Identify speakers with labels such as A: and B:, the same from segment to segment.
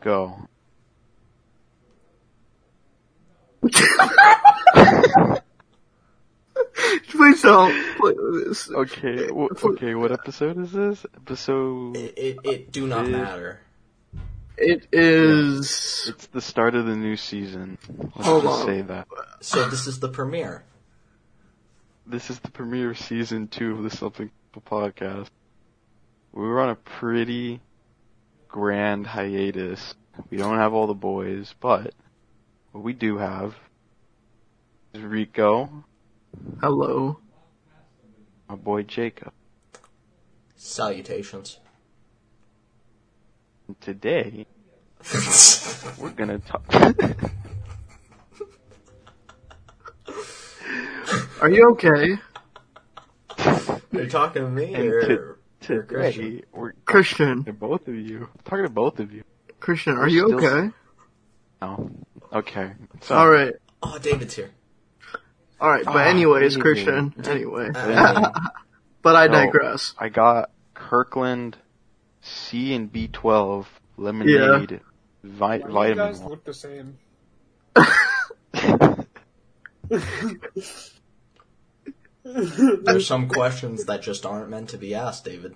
A: Go.
B: Please don't. Please.
A: Okay, w- okay, what episode is this? Episode.
C: It, it, it do not
A: Yeah.
C: matter.
B: It is.
A: It's the start of the new season. Let's
B: Hold
A: just
B: on.
A: say that.
C: So this is the premiere.
A: This is the premiere of season two of the Something People podcast. We were on a pretty grand hiatus. We don't have all the boys, but what we do have is Rico,
B: Hello.
A: my boy Jacob.
C: Salutations.
A: And today, we're gonna talk.
B: Are you okay?
C: You're talking to me
A: And
C: or,
A: to-
C: or Christian?
A: today, we're
B: Christian.
A: to both of you. I'm talking to both of you.
B: Christian, are you
A: Still-
B: okay?
A: No. Oh, Okay. So,
B: Alright.
C: Oh, David's here.
B: Alright, but
A: Ah,
B: anyways,
A: amazing.
B: Christian. Anyway.
C: Uh,
B: But I
A: No.
B: digress.
A: I got Kirkland C and B12 lemonade vi-
D: Why do you
A: vitamin
D: guys
A: water.
D: look the same?
C: There's some questions that just aren't meant to be asked, David.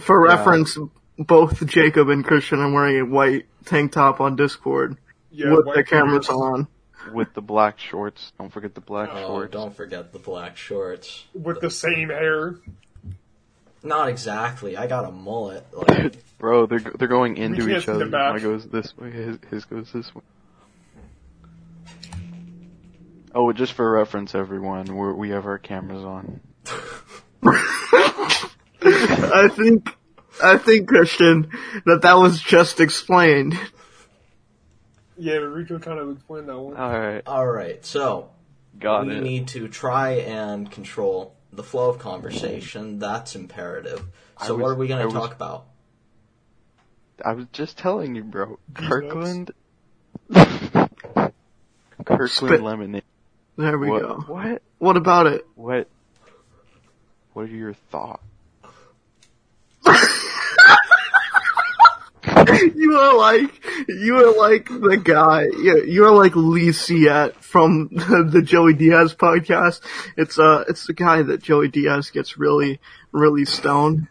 B: For reference, both Jacob and Christian are wearing a white tank top on Discord
D: Yeah,
B: with
D: why
B: the
D: do you
B: cameras
D: guys-
B: on.
A: with the black shorts. Don't forget the black
C: Oh,
A: shorts.
C: don't forget the black shorts.
D: With the same hair.
C: Not exactly. I got a mullet. Like,
A: Bro, they're they're going into
D: can't
A: each
D: see the
A: other.
D: back.
A: Mine goes this way. His, his goes this way. Oh, just for reference, everyone, we're, we have our cameras on.
B: I think, I think, Christian, that that was just explained.
D: Yeah, but Rico kind of explained that one.
A: All right,
C: all right, so
A: got
C: we
A: it.
C: need to try and control the flow of conversation. That's imperative.
A: I
C: So what
A: was-
C: are we going
A: I
C: to
A: was-
C: talk about?
A: I was just telling you, bro. Kirkland. Kirkland
B: Spit.
A: lemonade.
B: There we
A: what,
B: go.
A: what?
B: What about it?
A: What? What are your thoughts?
B: You are like, you are like the guy, you, you are like Lee Siet from the, the Joey Diaz podcast. It's, uh, it's the guy that Joey Diaz gets really, really stoned.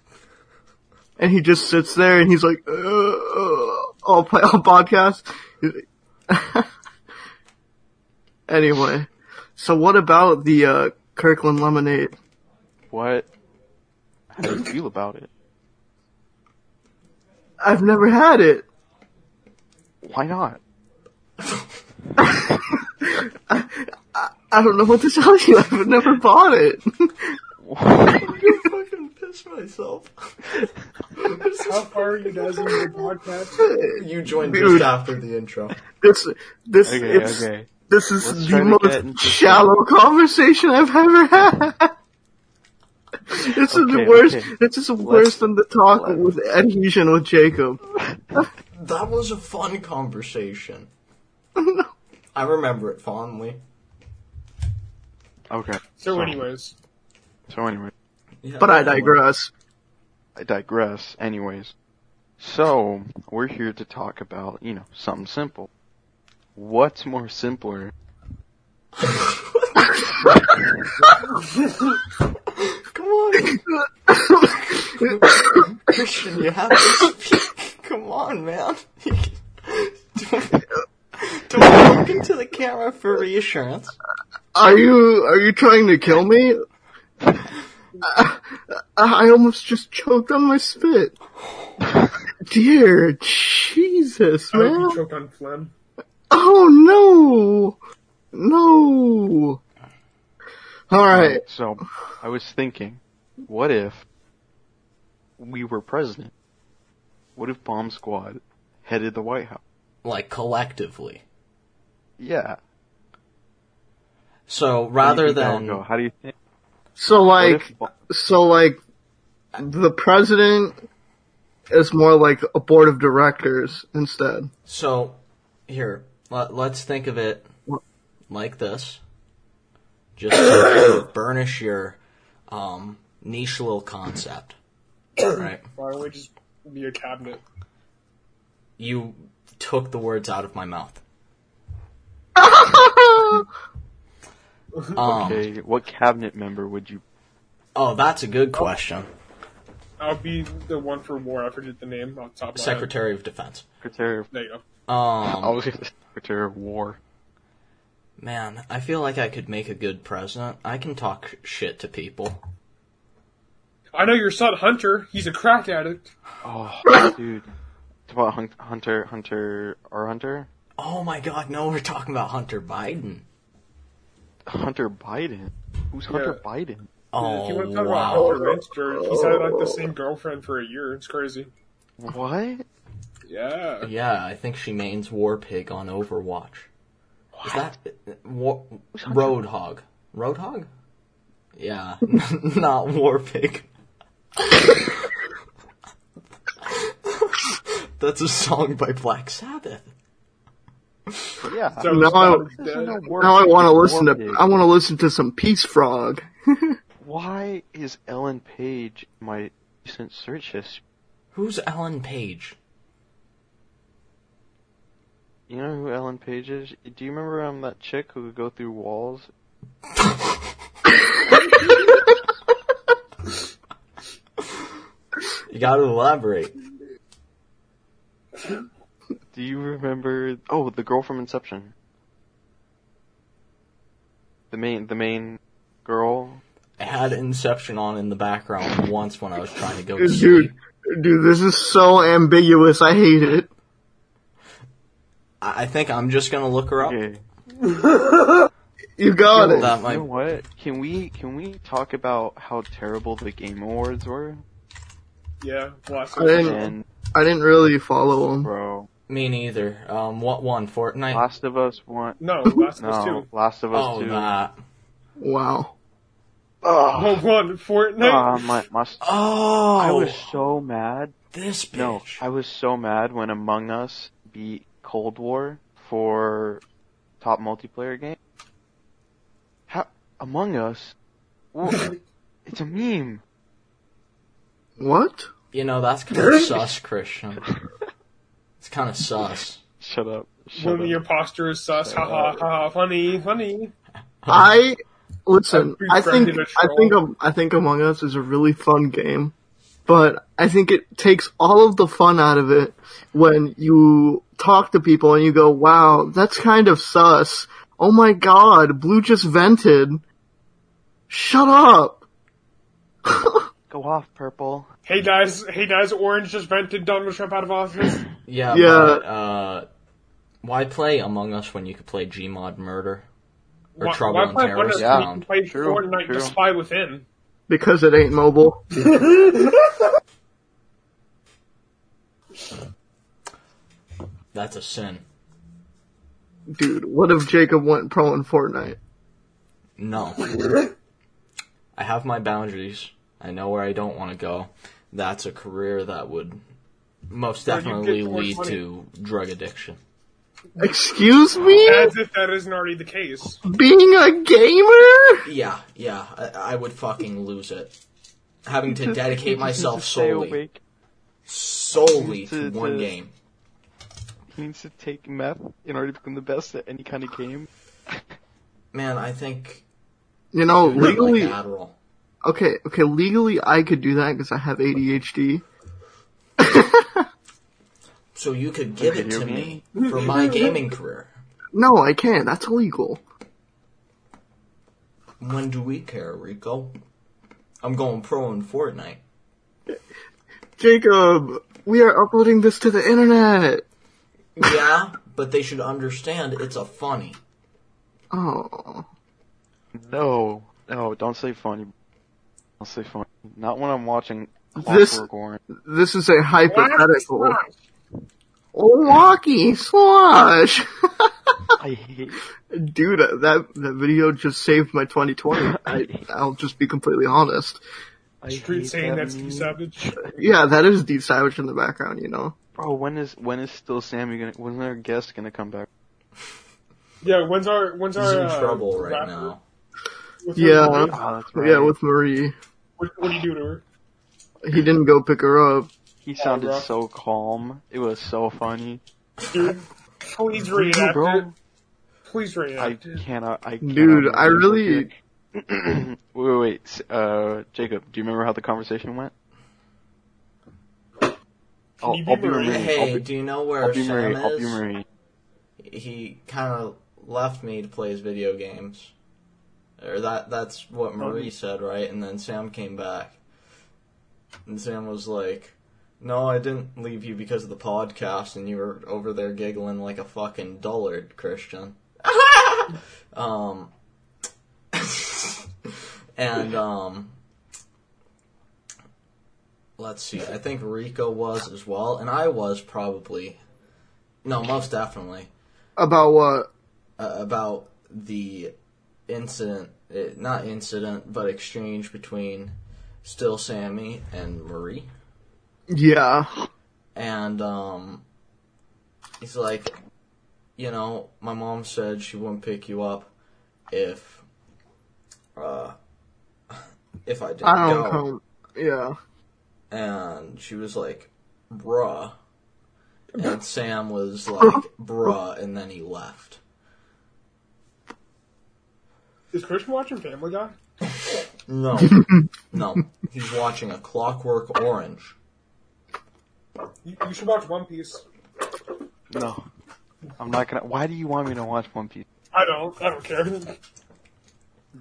B: And he just sits there and he's like, uh, uh, all, play, all podcast. anyway, so what about the, uh, Kirkland Lemonade?
A: What? How do you feel about it?
B: I've never had it.
A: Why not?
B: I don't know what to tell you. I've never bought it.
C: I'm gonna fucking piss myself.
D: How far are you guys into the podcast?
C: you joined
B: Dude.
C: just after the intro.
B: This, this,
A: Okay,
B: it's,
A: okay.
B: this is
A: Let's try
B: the
A: to get
B: most
A: into
B: shallow conversation I've ever had. this is the
A: Okay,
B: worst.
A: okay.
B: This is worse than the talk
A: let's-
B: with adhesion with Jacob.
C: That was a fun conversation. I remember it fondly.
A: Okay.
D: So anyways,
A: So anyway,
C: Yeah,
B: But I
C: fondly.
B: digress.
A: I digress. Anyways, so we're here to talk about you know something simple. What's more simpler?
C: Come on, Christian, you have to speak. Come on, man. don't, don't look into the camera for reassurance.
B: Are you are you trying to kill me? I, I almost just choked on my spit. Dear Jesus,
D: I
A: Oh,
D: hope
B: man!
D: you choked on phlegm.
B: Oh no, no! All right.
A: So I was thinking, what if we were president? What if Bomb Squad headed the White House?
C: Like collectively.
A: Yeah.
C: So
A: How do
C: rather
A: you think that would
C: than
A: go? how do you think?
B: So
A: what
B: like,
A: if Bo-
B: so like the president is more like a board of directors instead.
C: So, here, let, let's think of it like this. Just to burnish your um, niche little concept. right?
D: Why don't we just be a cabinet?
C: you took the words out of my mouth. Um,
A: Okay, what cabinet member would you?
C: Oh, that's a good question.
D: I'll be the one for war. I forget the name off the top of my head.
C: Secretary of Defense.
A: Secretary of,
D: There you go.
A: I
C: Um,
A: was gonna say Secretary of War.
C: man, I feel like I could make a good president. I can talk shit to people.
D: I know your son Hunter. He's a crack addict.
A: Oh, dude. It's about Hun- Hunter, Hunter, or Hunter,
C: Oh my god, no, we're talking about Hunter Biden.
A: Hunter Biden. Who's Hunter
D: Yeah.
A: Biden?
D: he
C: Oh
D: went talking about
C: wow.
D: Hunter Winter. He's had like the same girlfriend for a year. It's crazy.
A: What?
D: Yeah.
C: Yeah, I think she mains War Pig on Overwatch. Is that uh, War,
A: Hunter?
C: Roadhog? Roadhog? Yeah, not War Pig. That's a song by Black Sabbath.
A: Yeah.
D: So
B: No,
D: his father's
A: There's
D: dead.
A: no war
B: Now I
A: pig,
B: want to
A: war
B: listen to
A: pig.
B: I want to listen to some Peace Frog.
A: Why is Ellen Page in my recent search history?
C: Who's Alan Page?
A: You know who Ellen Page is? Do you remember um that chick who could go through walls?
C: You gotta elaborate.
A: Do you remember? Oh, the girl from Inception. The main, the main girl.
C: I had Inception on in the background once when I was trying to go to
B: Dude,
C: sleep.
B: dude, this is so ambiguous. I hate it.
C: I I think I'm just gonna look her up.
A: Okay.
B: You got it.
C: That
A: You
C: might
A: know what? Can we can we talk about how terrible the Game Awards were?
D: Yeah. Blast
B: I didn't-
A: And
B: I didn't really follow him.
A: bro,
C: me neither. Um, what one? Fortnite.
A: Last of Us one.
D: No, Last of Us
A: No,
D: 2.
A: Last of Us
C: oh,
A: two.
C: that.
B: Wow.
A: Ugh.
D: Oh, one. Fortnite.
A: Ah, my, my,
C: Oh,
A: I was so mad.
C: this bitch.
A: No, I was so mad when Among Us beat Cold War for top multiplayer game. How Among Us? Well, it's a meme.
B: What?
C: You know that's kind of sus, Christian. It's kind of sus.
A: Shut up. Shut
D: when the
A: up.
D: imposter is sus. Ha ha ha. Funny. Funny.
B: I listen.
D: I've
B: I think
D: befriended a
B: I
D: troll.
B: think um, I think Among Us is a really fun game, but I think it takes all of the fun out of it when you talk to people and you go, "Wow, that's kind of sus." Oh my God, Blue just vented. Shut up.
A: Go off, purple.
D: Hey guys. Hey guys. Orange just vented Donald Trump out of office.
C: Yeah.
B: Yeah.
C: But, uh, why play Among Us when you could play Gmod Murder or
D: Why-
C: Trouble
D: why
C: in
D: play Wonder
C: Terrorist
D: if
A: Yeah.
D: we
C: Ground?
D: Play
A: True,
D: Fortnite
A: true.
D: The Spy Within.
B: Because it ain't mobile.
C: That's a sin.
B: Dude, what if Jacob went pro in Fortnite?
C: No. I have my boundaries. I know where I don't want to go. That's a career that would most
D: you get
C: definitely
D: more
C: lead
D: money.
C: to drug addiction.
B: Excuse me?
D: As if that isn't already the case.
B: Being a gamer?
C: Yeah, yeah, I, I would fucking lose it. Having to
A: Just-
C: dedicate
A: he needs to
C: myself
A: stay
C: solely,
A: awake.
C: solely
A: To-
C: to one
A: to-
C: game.
A: He needs to take meth in order to become the best at any kind of game.
C: Man, I think
B: You know,
C: like
B: legally,
C: Adderall.
B: okay, okay, legally I could do that because I have ADHD.
C: So you could give it
A: Video
C: to me for my gaming career.
B: No, I can't. That's illegal.
C: When do we care, Rico? I'm going pro in Fortnite.
B: Jacob, we are uploading this to the internet.
C: Yeah, but they should understand it's a funny.
B: Oh,
A: No, no, don't say funny. Don't say funny. Not when I'm watching
B: This-
A: Clockwork Orange.
B: this is a hypothetical.
D: Blast.
B: Milwaukee slosh.
A: I hate.
B: Dude, that that video just saved my 2020. I, I'll just be completely honest.
A: I
D: Street
A: hate that
D: saying that's
A: meme.
D: too savage.
B: Yeah, that is D Savage in the background, you know.
A: Bro, when is when is still Sammy gonna? When's our guest gonna come back?
D: Yeah, when's our when's
C: He's
D: our
C: in
D: uh,
C: trouble right
D: rapper?
C: now.
D: What's
B: Yeah.
D: her name?
A: Oh, that's
B: Yeah, with Marie.
D: What, what do you do to her?
B: He didn't go pick her up.
A: He sounded
D: bro.
A: so calm. It was so funny.
D: Dude, please
A: Dude,
D: reenact it.
A: bro,
D: Please
A: I
D: reenact it.
A: cannot. I cannot
B: Dude, I
A: believe
B: really-
A: it. wait, wait, wait. S- Uh, Jacob, do you remember how the conversation went? I'll,
D: you be
A: I'll be
D: Marie?
A: Marie.
C: Hey,
A: I'll be,
C: do you know where
A: I'll be
C: Sam
A: Marie.
C: is?
A: I'll be Marie.
C: He kind of left me to play his video games. Or that that's what Marie said, right? And then Sam came back. And Sam was like, "No, I didn't leave you because of the podcast and you were over there giggling like a fucking dullard, Christian." um and um let's see. I think Rico was as well, and I was probably. No, most definitely
B: About what?
C: uh, about the incident, eh, not incident, but exchange between Still Sammy and Marie.
B: Yeah.
C: And um, he's like, you know, my mom said she wouldn't pick you up if, uh, if I didn't
B: I don't
C: go.
B: come. Yeah.
C: And she was like, bruh. And Sam was like, bruh, and then he left.
D: Is Christian watching Family Guy?
C: No. no. He's watching A Clockwork Orange.
D: You, you should watch One Piece.
A: No, I'm not gonna. Why do you want me to watch One Piece?
D: I don't. I don't care.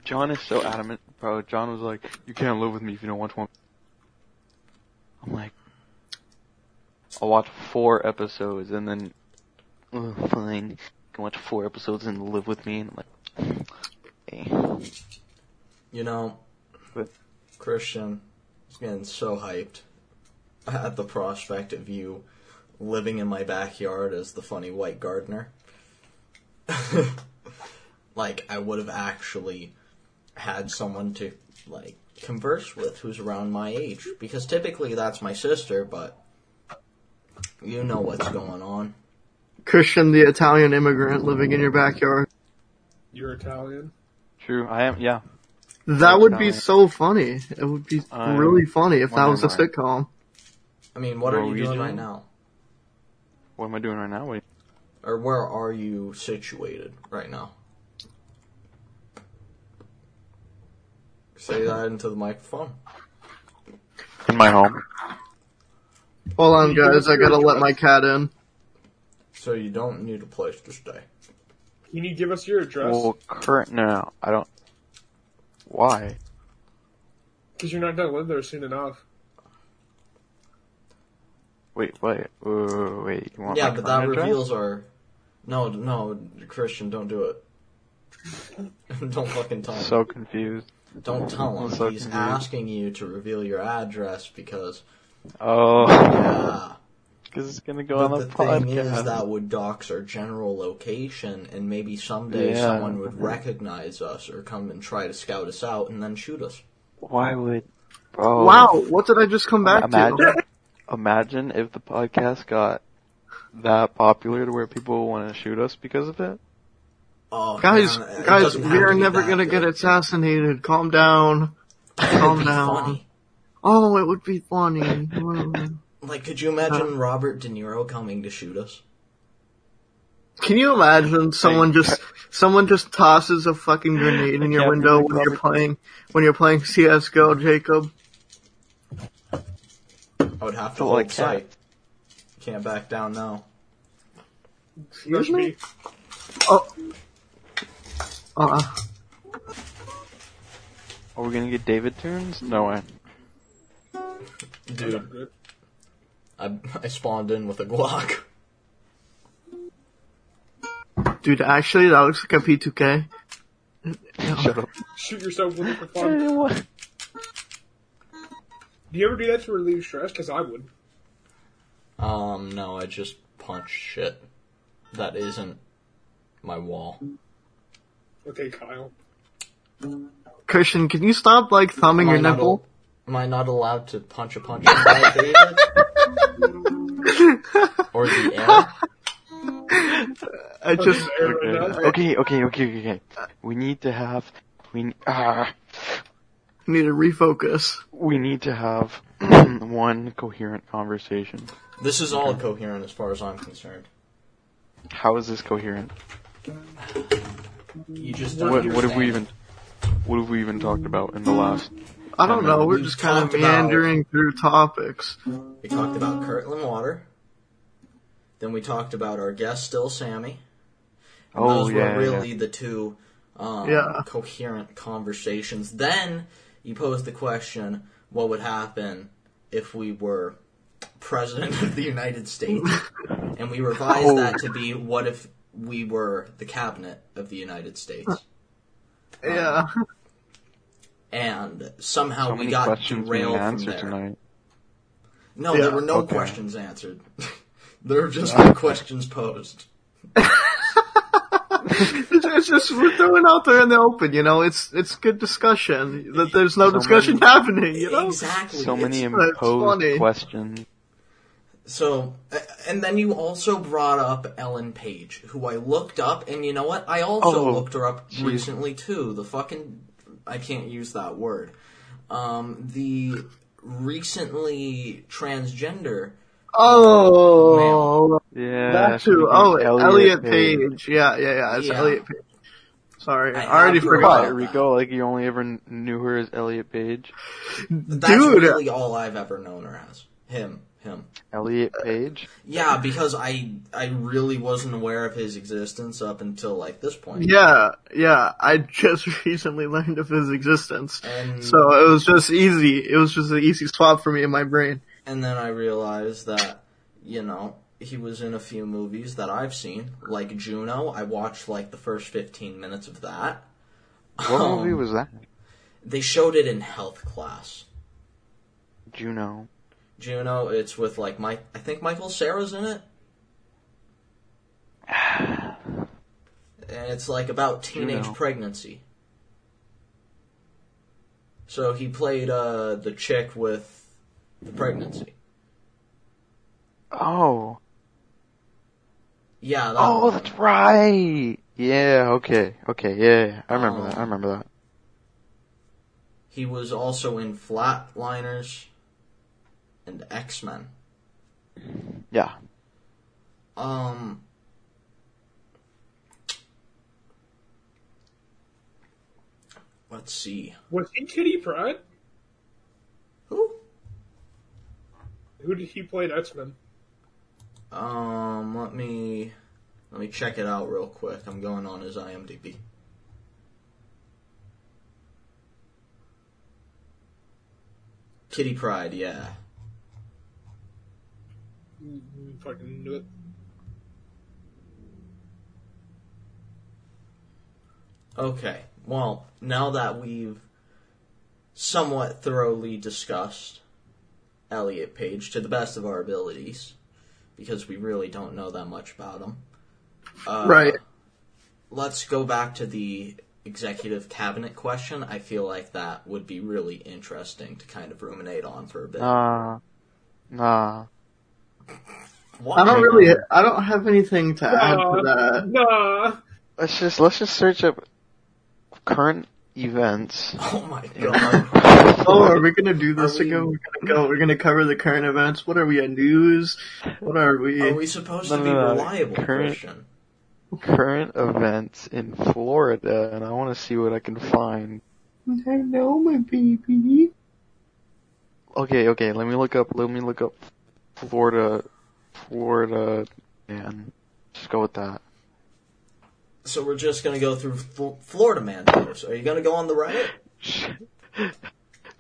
A: John is so adamant, bro. John was like, "You can't live with me if you don't watch One." Piece." I'm like, I'll watch four episodes and then, "Oh, fine, you can watch four episodes and live with me. And I'm like, okay.
C: You know,
A: But-
C: Christian is getting so hyped at the prospect of you living in my backyard as the funny white gardener. like, I would have actually had someone to, like, converse with who's around my age. Because typically that's my sister, but you know what's going on.
B: Christian, the Italian immigrant living in your backyard.
D: You're Italian.
A: True, I am. Yeah,
B: That would be
A: Italian.
B: so funny. It would be
A: I-
B: really funny if that was a
A: Wonderland.
B: sitcom.
C: I mean, what are you doing
A: Norwegian?
C: right now?
A: What am I doing right now? Wait,
C: Or where are you situated right now? Say that into the microphone.
A: in my home.
B: Hold on, guys. I gotta let my cat in.
C: So you don't need a place to stay.
D: Can you give us your address?
A: Well, current. No, no, I don't. Why?
D: Because you're not gonna live there soon enough.
A: Wait, wait, wait, wait, wait. You want
C: yeah,
A: my
C: but that
A: current address?
C: reveals our. No, no, Christian, don't do it. don't fucking tell him.
A: So confused.
C: don't tell him.
A: I'm so
C: He's
A: confused.
C: asking you to reveal your address because.
A: Oh,
C: Yeah.
A: because it's gonna go
C: uh, But
A: on
C: the
A: the,
C: thing is,
A: podcast.
C: that would dox our general location, and maybe someday
A: Yeah.
C: someone would recognize us or come and try to scout us out and then shoot us.
A: Why would? Bro,
B: Wow, what did I just come back
A: Oh, Imagine,
B: to?
A: imagine if the podcast got that popular to where people want to shoot us because of it.
C: Oh,
B: Guys,
C: man, it
B: guys,
C: doesn't
B: we
C: have to
B: are
C: be
B: never
C: that
B: gonna
C: good.
B: get assassinated. Calm down. Calm
C: It'd be
B: down.
C: funny.
B: Oh, it would be funny. Can
C: Like, could you
B: Uh,
C: imagine Robert De Niro coming to shoot us?
B: you imagine someone just someone just tosses a fucking grenade in
A: I
B: your
A: can't
B: window
A: believe
B: when you're
A: Robert-
B: playing when you're playing CS:GO, Jacob?
C: I would have to
A: But
C: hold
A: like,
C: sight. Can't back down now.
B: Excuse
D: That's
B: me. Oh. Uh,
A: are we gonna get David tunes? No way.
C: Dude,
D: Good.
C: I, I spawned in with a Glock.
B: dude, actually, that looks like a P2K.
A: Shut up.
D: Shoot yourself with it for
A: I
D: fun.
A: didn't want-
D: Do you ever do that to relieve stress? Because I would.
C: Um, no, I just punched shit. That isn't my wall.
D: Okay, Kyle.
B: Christian, can you stop like thumbing
C: Am I
B: your
C: not
B: nipple?
C: al- am I not allowed to punch a punch inside David? or the air?
B: I just
D: There, right now.
A: Okay, okay, okay, okay, okay. We need to have. We. Ah.
B: need to refocus.
A: We need to have one coherent conversation.
C: This is all coherent as far as I'm concerned.
A: How is this coherent?
C: You just don't
A: What what have
C: understand.
A: we even what have we even talked about in the last
B: I don't know. We're
C: We've
B: just kind of
C: talked about-
B: meandering through topics.
C: We talked about Kirtland Water. Then we talked about our guest still Sammy. And
A: Oh,
C: those
A: yeah,
C: were really the two um,
B: Yeah.
C: coherent conversations. Then you posed the question, what would happen if we were president of the United States? and we revised
A: Oh.
C: that to be what if we were the cabinet of the United States?
B: Yeah.
C: And somehow
A: how
C: we
A: many
C: got
A: questions we
C: derailed from
A: answer
C: there.
A: tonight?
C: No,
B: Yeah,
C: there were no
A: okay.
C: questions answered. there were just no questions posed.
B: It's, it's just we're throwing out there in the open, you know. It's it's good discussion. That there's no
A: So
B: discussion
A: many-
B: happening, you know.
C: Exactly.
A: So many
C: It's-
B: that's
A: imposed
B: funny.
A: questions.
C: So, uh, and then you also brought up Ellen Page, who I looked up, and you know what? I also
A: Oh,
C: looked her up
A: geez.
C: recently too. The fucking, I can't use that word. Um, the recently transgender.
B: Oh,
A: Yeah.
B: that too.
A: freaking
B: Oh, Elliot Page. Yeah, yeah, yeah. It's
C: Yeah.
B: Elliot Page. Sorry,
C: I
B: I, already
C: have your
B: forgot.
A: There we go. Like you only ever kn- knew her as Elliot Page.
C: That's
B: Dude.
C: really all I've ever known her as. Him, him.
A: Elliot Page.
C: Yeah, because I I really wasn't aware of his existence up until like this point.
B: Yeah, yeah. I just recently learned of his existence,
C: And
B: so it was just easy. It was just an easy swap for me in my brain.
C: and then I realized that, you know, he was in a few movies that I've seen, like Juno. I watched like the first 15 minutes of that.
A: What
B: Oh.
C: Um,
A: movie was that?
C: They showed it in health class.
A: Juno.
C: Juno, it's with like Mike. I think Michael Sarah's in it. And it's like about teenage
A: Juno.
C: pregnancy. So he played uh, the chick with the pregnancy.
A: Oh.
C: Yeah. That
A: Oh,
C: one.
A: that's right. Yeah. Okay. Okay. Yeah. yeah. I remember that. I remember that.
C: He was also in Flatliners and X Men.
A: Yeah.
C: Um, let's see.
D: Was he Kitty Pride?
C: Who?
D: Who did he play in X Men?
C: Um, let me let me check it out real quick. I'm going on his IMDb. Kitty Pride, yeah.
D: Mm-hmm. Fucking knew it.
C: Okay. Well, now that we've somewhat thoroughly discussed Elliot Page to the best of our abilities, because we really don't know that much about him. Uh,
B: Right.
C: Let's go back to the executive cabinet question. I feel like that would be really interesting to kind of ruminate on for a bit.
B: Uh,
A: Nah. Nah.
C: Why?
B: I don't really. I don't have anything to add to
D: Nah,
B: that.
D: nah.
A: Let's just let's just search up current events.
C: Oh my god.
B: Oh, are we gonna do this
C: Are we-
B: again? We're gonna go. We're gonna cover the current events. What are we at news? What are we?
C: Are we supposed to
A: No,
C: be
A: no, no.
C: reliable,
A: Current-
C: Christian?
A: current events in Florida, and I want to see what I can find.
B: I know my baby.
A: Okay, okay. Let me look up. Let me look up Florida. Florida. Man, just go with that.
C: So we're just gonna go through Fl- Florida man posts. Are you gonna go on the Reddit?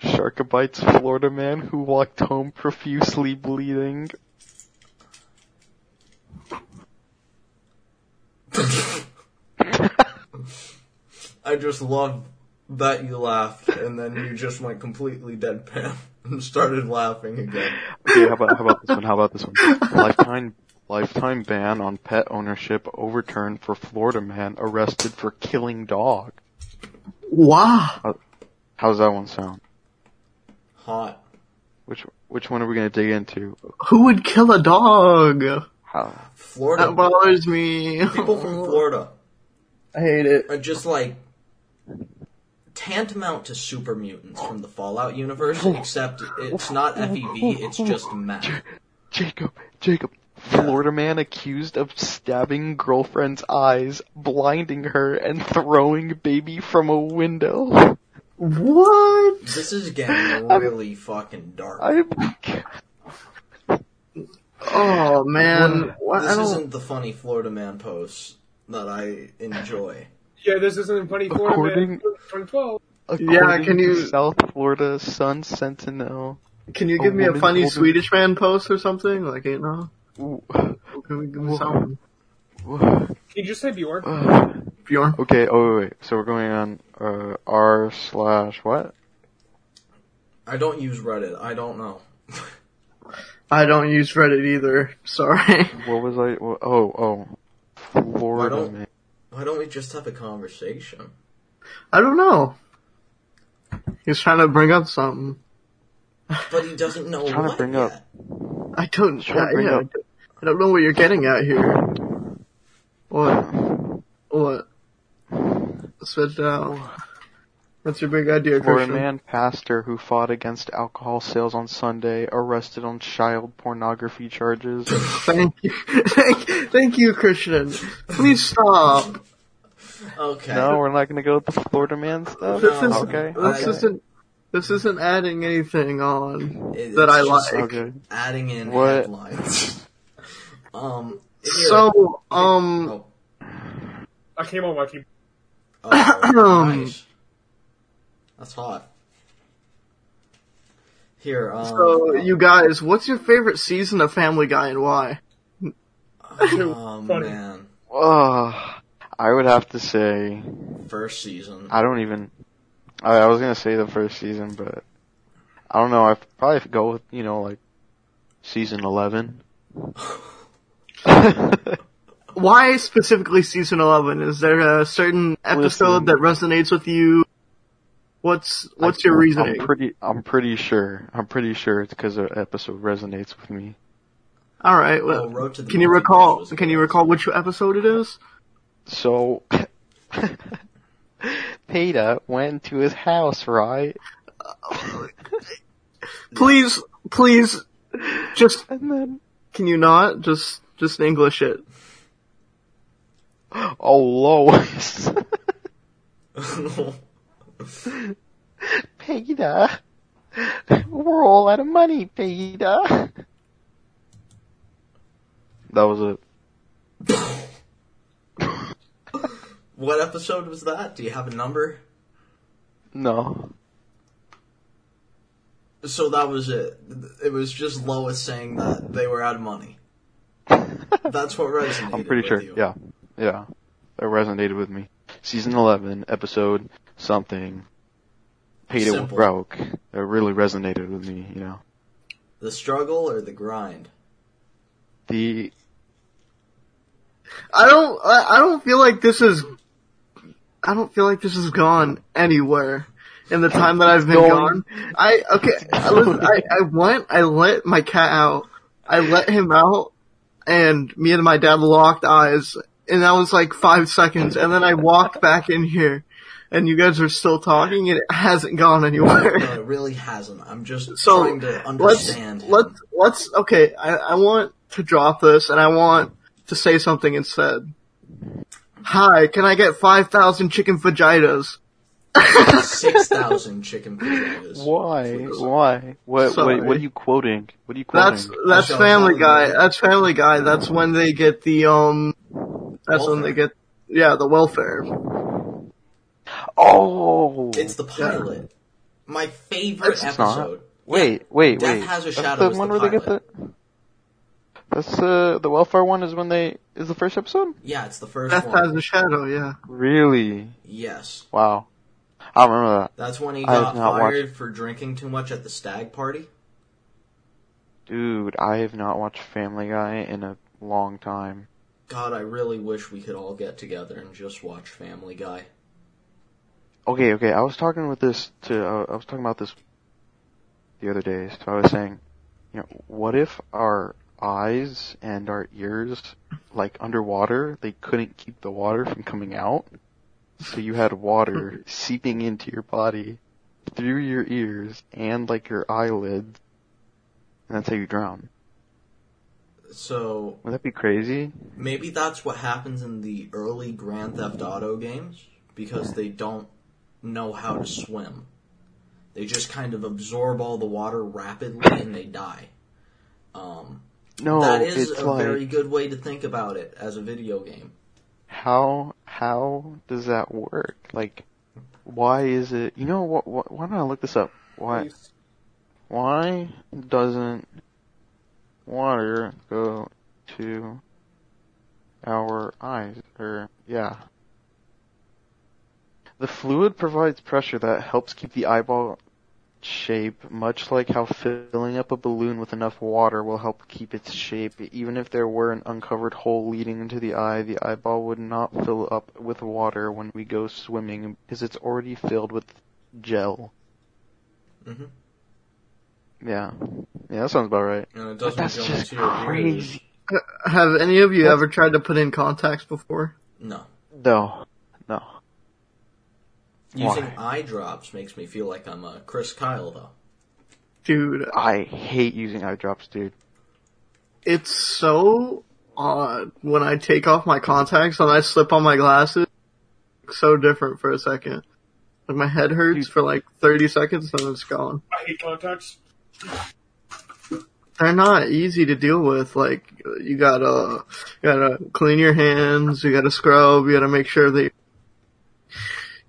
A: Shark bites Florida man who walked home profusely bleeding.
C: I just love that you laughed and then you just went completely deadpan and started laughing again.
A: Okay, how about how about this one? How about this one? Lifetime lifetime ban on pet ownership overturned for Florida man arrested for killing dog.
B: Wow.
A: How's that one sound?
C: Hot.
A: Which which one are we gonna dig into?
B: Who would kill a dog?
A: How?
C: Florida.
B: That bothers me.
C: People from Florida
B: I hate it.
C: are just like tantamount to super mutants from the Fallout universe, except it's not FEV, it's just meth.
A: Jacob, Jacob, Florida man accused of stabbing girlfriend's eyes, blinding her, and throwing baby from a window.
B: What?
C: This is getting really fucking dark.
A: I'm.
B: Oh man, Why- I
C: this
B: don't.
C: isn't the funny Florida man post that I enjoy.
D: Yeah, this isn't funny Florida
A: According-
D: man. 2012.
A: According
B: can you-
A: to South Florida Sun Sentinel.
B: Can you
A: a
B: give me a
A: woman
B: funny
A: holding-
B: Swedish man post or something? Like, you know,
A: Okay,
B: can we give me something?
D: Can you just say Bjorn?
B: Bjorn.
A: oh wait, wait, so we're going on uh, r slash what?
C: I don't use Reddit. I don't know.
B: I don't use Reddit either. Sorry.
A: What was I? wha- Oh, oh,
C: Why
A: Florida
C: don't-
A: man.
C: Why don't we just have a conversation?
B: I don't know. He's trying to bring up something.
C: But he doesn't know
A: Trying to
C: what
A: bring
C: yet.
A: up-
B: I don't.
A: Trying to
B: I,
A: bring
B: yeah,
A: up-
B: I don't know what you're getting at here. What? What? Spit it out. What's your big idea,
A: Florida
B: Christian?
A: man pastor who fought against alcohol sales on Sunday arrested on child pornography charges.
B: Thank you. thank, thank you, Christian. Please stop.
C: Okay.
A: no, we're not gonna go with the Florida man stuff.
B: This is
A: okay.
B: this
C: Okay.
B: isn't this isn't adding anything on.
C: It-
B: That
C: it's
B: I
C: just
B: like.
A: Okay.
C: Adding in
A: What?
C: headlines. um. here-
B: So um
C: Oh,
D: I came on my keyboard.
C: oh, nice. That's hot. Here. Um,
B: so you guys, what's your favorite season of Family Guy and why?
C: Oh
D: Funny.
C: man.
A: Ugh. I would have to say
C: First season.
A: I don't even. I, I was gonna say the first season, but I don't know. I probably go with you know like season eleven.
B: Why specifically season eleven? Is there a certain
A: Listen.
B: episode that resonates with you? What's what's your reasoning?
A: I'm pretty. I'm pretty sure. I'm pretty sure it's because the episode resonates with me.
B: All right. Well,
C: Oh, Road to the
B: can you
C: Multiverse
B: recall?
C: was
B: Can you
C: good.
B: recall which episode it is?
A: So. Peter went to his house, right?
B: Please, please, just
A: And then,
B: can you not just just English it?
A: oh Lois, Peter, we're all out of money, Peter. That was it.
C: what episode was that? Do you have a number?
A: No.
C: So that was it. It was just Lois saying that they were out of money. That's what resonated.
A: I'm pretty
C: with
A: sure.
C: you.
A: Yeah, yeah, that resonated with me. Season 11, episode something. Paid it
C: Simple.
A: broke. It really resonated with me. You know,
C: The struggle or the grind.
A: the
B: I don't. I, I don't feel like this is. I don't feel like this has gone anywhere in the time that I've been
A: going.
B: gone. I okay. I, listen, I I went. I let my cat out. I let him out, and me and my dad locked eyes, and that was like five seconds, and then I walked back in here, and you guys are still talking, and it hasn't gone
C: No,
B: anywhere.
C: it really hasn't. I'm just
B: So,
C: trying to
B: let's
C: understand. him.
B: let's let's okay. I I want to drop this, and I want to say something instead. Hi, can I get 5,000 chicken vaginas?
C: six thousand chicken potatoes.
A: why? Why? What?
B: Sorry.
A: Wait, what are you quoting? What are you quoting?
B: That's, that's
C: That sounds
B: Family
C: awesome.
B: Guy. That's Family Guy. That's when they get the, um, that's when they get, yeah, the welfare.
A: oh.
C: It's the pilot. My favorite
A: It's not.
C: episode.
A: Wait, wait,
C: Death
A: wait.
C: Has a
A: That's
C: Shadow
A: the
C: is
A: one
C: the
A: where they get the.
C: pilot.
A: That's uh, the welfare one is when they is the first episode.
C: Yeah, it's the first
B: Death
C: one.
B: has a shadow, yeah.
A: Really?
C: Yes,
A: Wow. I don't remember that,
C: that's when he
A: I have
C: got
A: not
C: fired for drinking too much at the stag party.
A: dude. I have not watched Family Guy in a long time.
C: God, I really wish we could all get together and just watch Family Guy.
A: Okay, okay. I was talking with this to uh, I was talking about this the other day. So I was saying, you know, what if our eyes and our ears, like underwater, they couldn't keep the water from coming out, So you had water seeping into your body through your ears and like your eyelids. And that's how you drown.
C: So
A: Would that be crazy?
C: maybe that's what happens in the early Grand Theft Auto games because they don't know how to swim. They just kind of absorb all the water rapidly and they die. Um,
A: No,
C: that is
A: Oh, it's
C: a
A: like
C: very good way to think about it as a video game.
A: how how does that work? Like, why is it? You know what? what why don't I look this up? Why why doesn't water go to our eyes? Or yeah, the fluid provides pressure that helps keep the eyeball shape, much like how filling up a balloon with enough water will help keep its shape. Even if there were an uncovered hole leading into the eye, the eyeball would not fill up with water when we go swimming because it's already filled with gel.
C: hmm
A: Yeah. Yeah, that sounds about right.
C: And
A: But
C: it doesn't
A: that's
C: go
A: just
C: into your ears.
A: crazy.
B: Have any of you ever tried to put in contacts before?
C: No.
A: No. No.
C: Using
A: Why?
C: eye drops makes me feel like I'm a Chris Kyle, though.
B: Dude,
A: I hate using eye drops, dude.
B: it's so odd when I take off my contacts and I slip on my glasses. So different for a second. Like my head hurts
A: Dude.
B: for like 30 seconds and it's gone.
D: I hate contacts.
B: They're not easy to deal with. Like you gotta, you gotta clean your hands. You gotta scrub. You gotta make sure that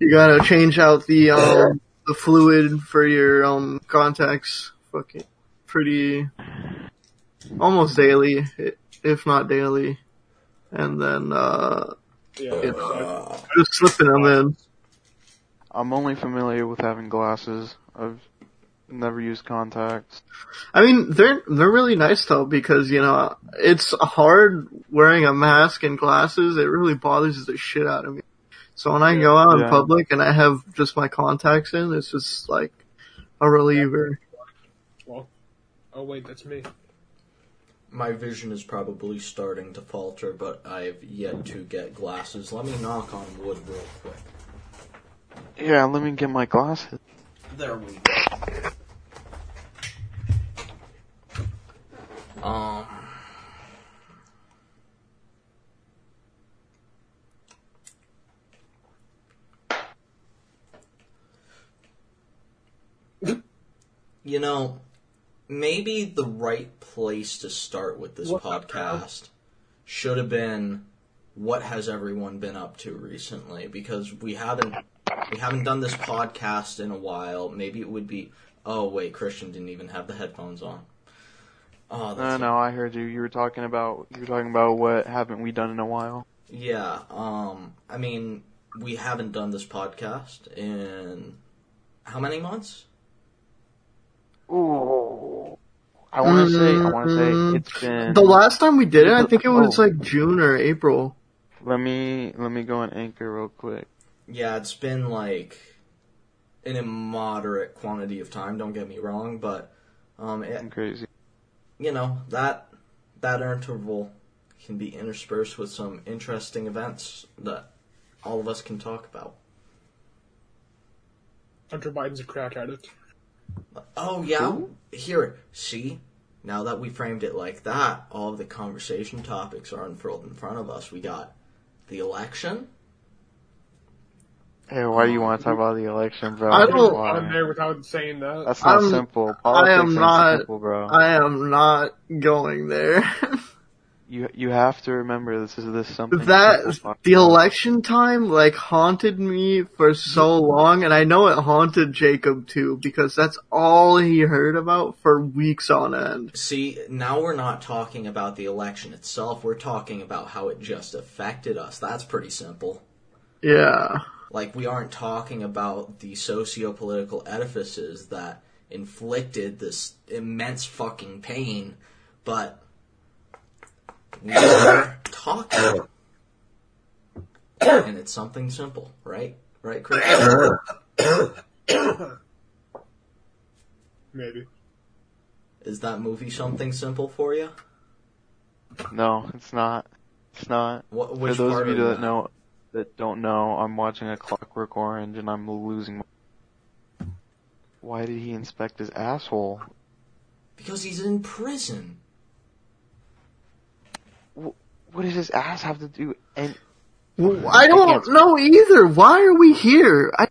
B: you gotta change out the um the fluid for your um contacts. Fucking pretty, almost daily, i- if not daily. And then uh
D: Yeah.
B: It's-
D: I-
B: just slipping them in.
A: I'm only familiar with having glasses. I've never used contacts.
B: I mean, they're they're really nice though because you know it's hard wearing a mask and glasses. It really bothers the shit out of me. So when I
D: Yeah.
B: go out in
A: Yeah.
B: public and I have just my contacts in, it's just like a reliever.
D: well, oh wait, that's me.
C: My vision is probably starting to falter, but I've yet to get glasses. Let me knock on wood real quick.
A: Yeah, let me get my glasses.
C: There we go. Um. You know, maybe the right place to start with this
D: What the
C: podcast should have been what has everyone been up to recently because we haven't we haven't done this podcast in a while. Maybe it would be. Oh wait, Christian didn't even have the headphones on. Oh,
A: No,
C: that's
A: Uh, no, I heard you. You were talking about you were talking about what haven't we done in a while.
C: yeah. Um, I mean, we haven't done this podcast in how many months?
A: Ooh. I want to say, I want to say, it's been.
B: Mm-hmm. The last time we did it, I think it was
A: Oh.
B: like June or April.
A: let me let me go on anchor real quick.
C: Yeah, it's been like an immoderate quantity of time. Don't get me wrong, but um, it,
A: I'm crazy.
C: you know that that interval can be interspersed with some interesting events that all of us can talk about.
D: Hunter Biden's a crack addict.
C: Oh yeah, here. See, now that we framed it like that, all of the conversation topics are unfurled in front of us. We got the election.
A: Hey, why do you want to talk about the election, bro?
B: I don't-
A: Why?
D: I'm there without saying that.
A: That's not
B: I'm-
A: simple.
B: I
A: Politics
B: am
A: ain't
B: not-
A: simple, bro.
B: I am not going there.
A: you you have to remember this is this something
B: that
A: simple
B: the
A: podcast.
B: election time like haunted me for so long, and I know it haunted Jacob too because that's all he heard about for weeks on end.
C: See, now we're not talking about the election itself. We're talking about how it just affected us. That's pretty simple.
B: Yeah,
C: Like we aren't talking about the socio-political edifices that inflicted this immense fucking pain, but we are talking. And it's something simple, right? Right, Chris?
D: Maybe.
C: Is that movie something simple for you?
A: No, it's not. It's not.
C: What,
A: For
C: which
A: those
C: part
A: of you
C: of
A: that know, that don't know, I'm watching A Clockwork Orange and I'm losing. My... Why did he inspect his asshole?
C: Because he's in prison.
A: What does his ass have to do? And
B: Well, I
A: I
B: don't
A: can't-
B: know either. Why are we here? I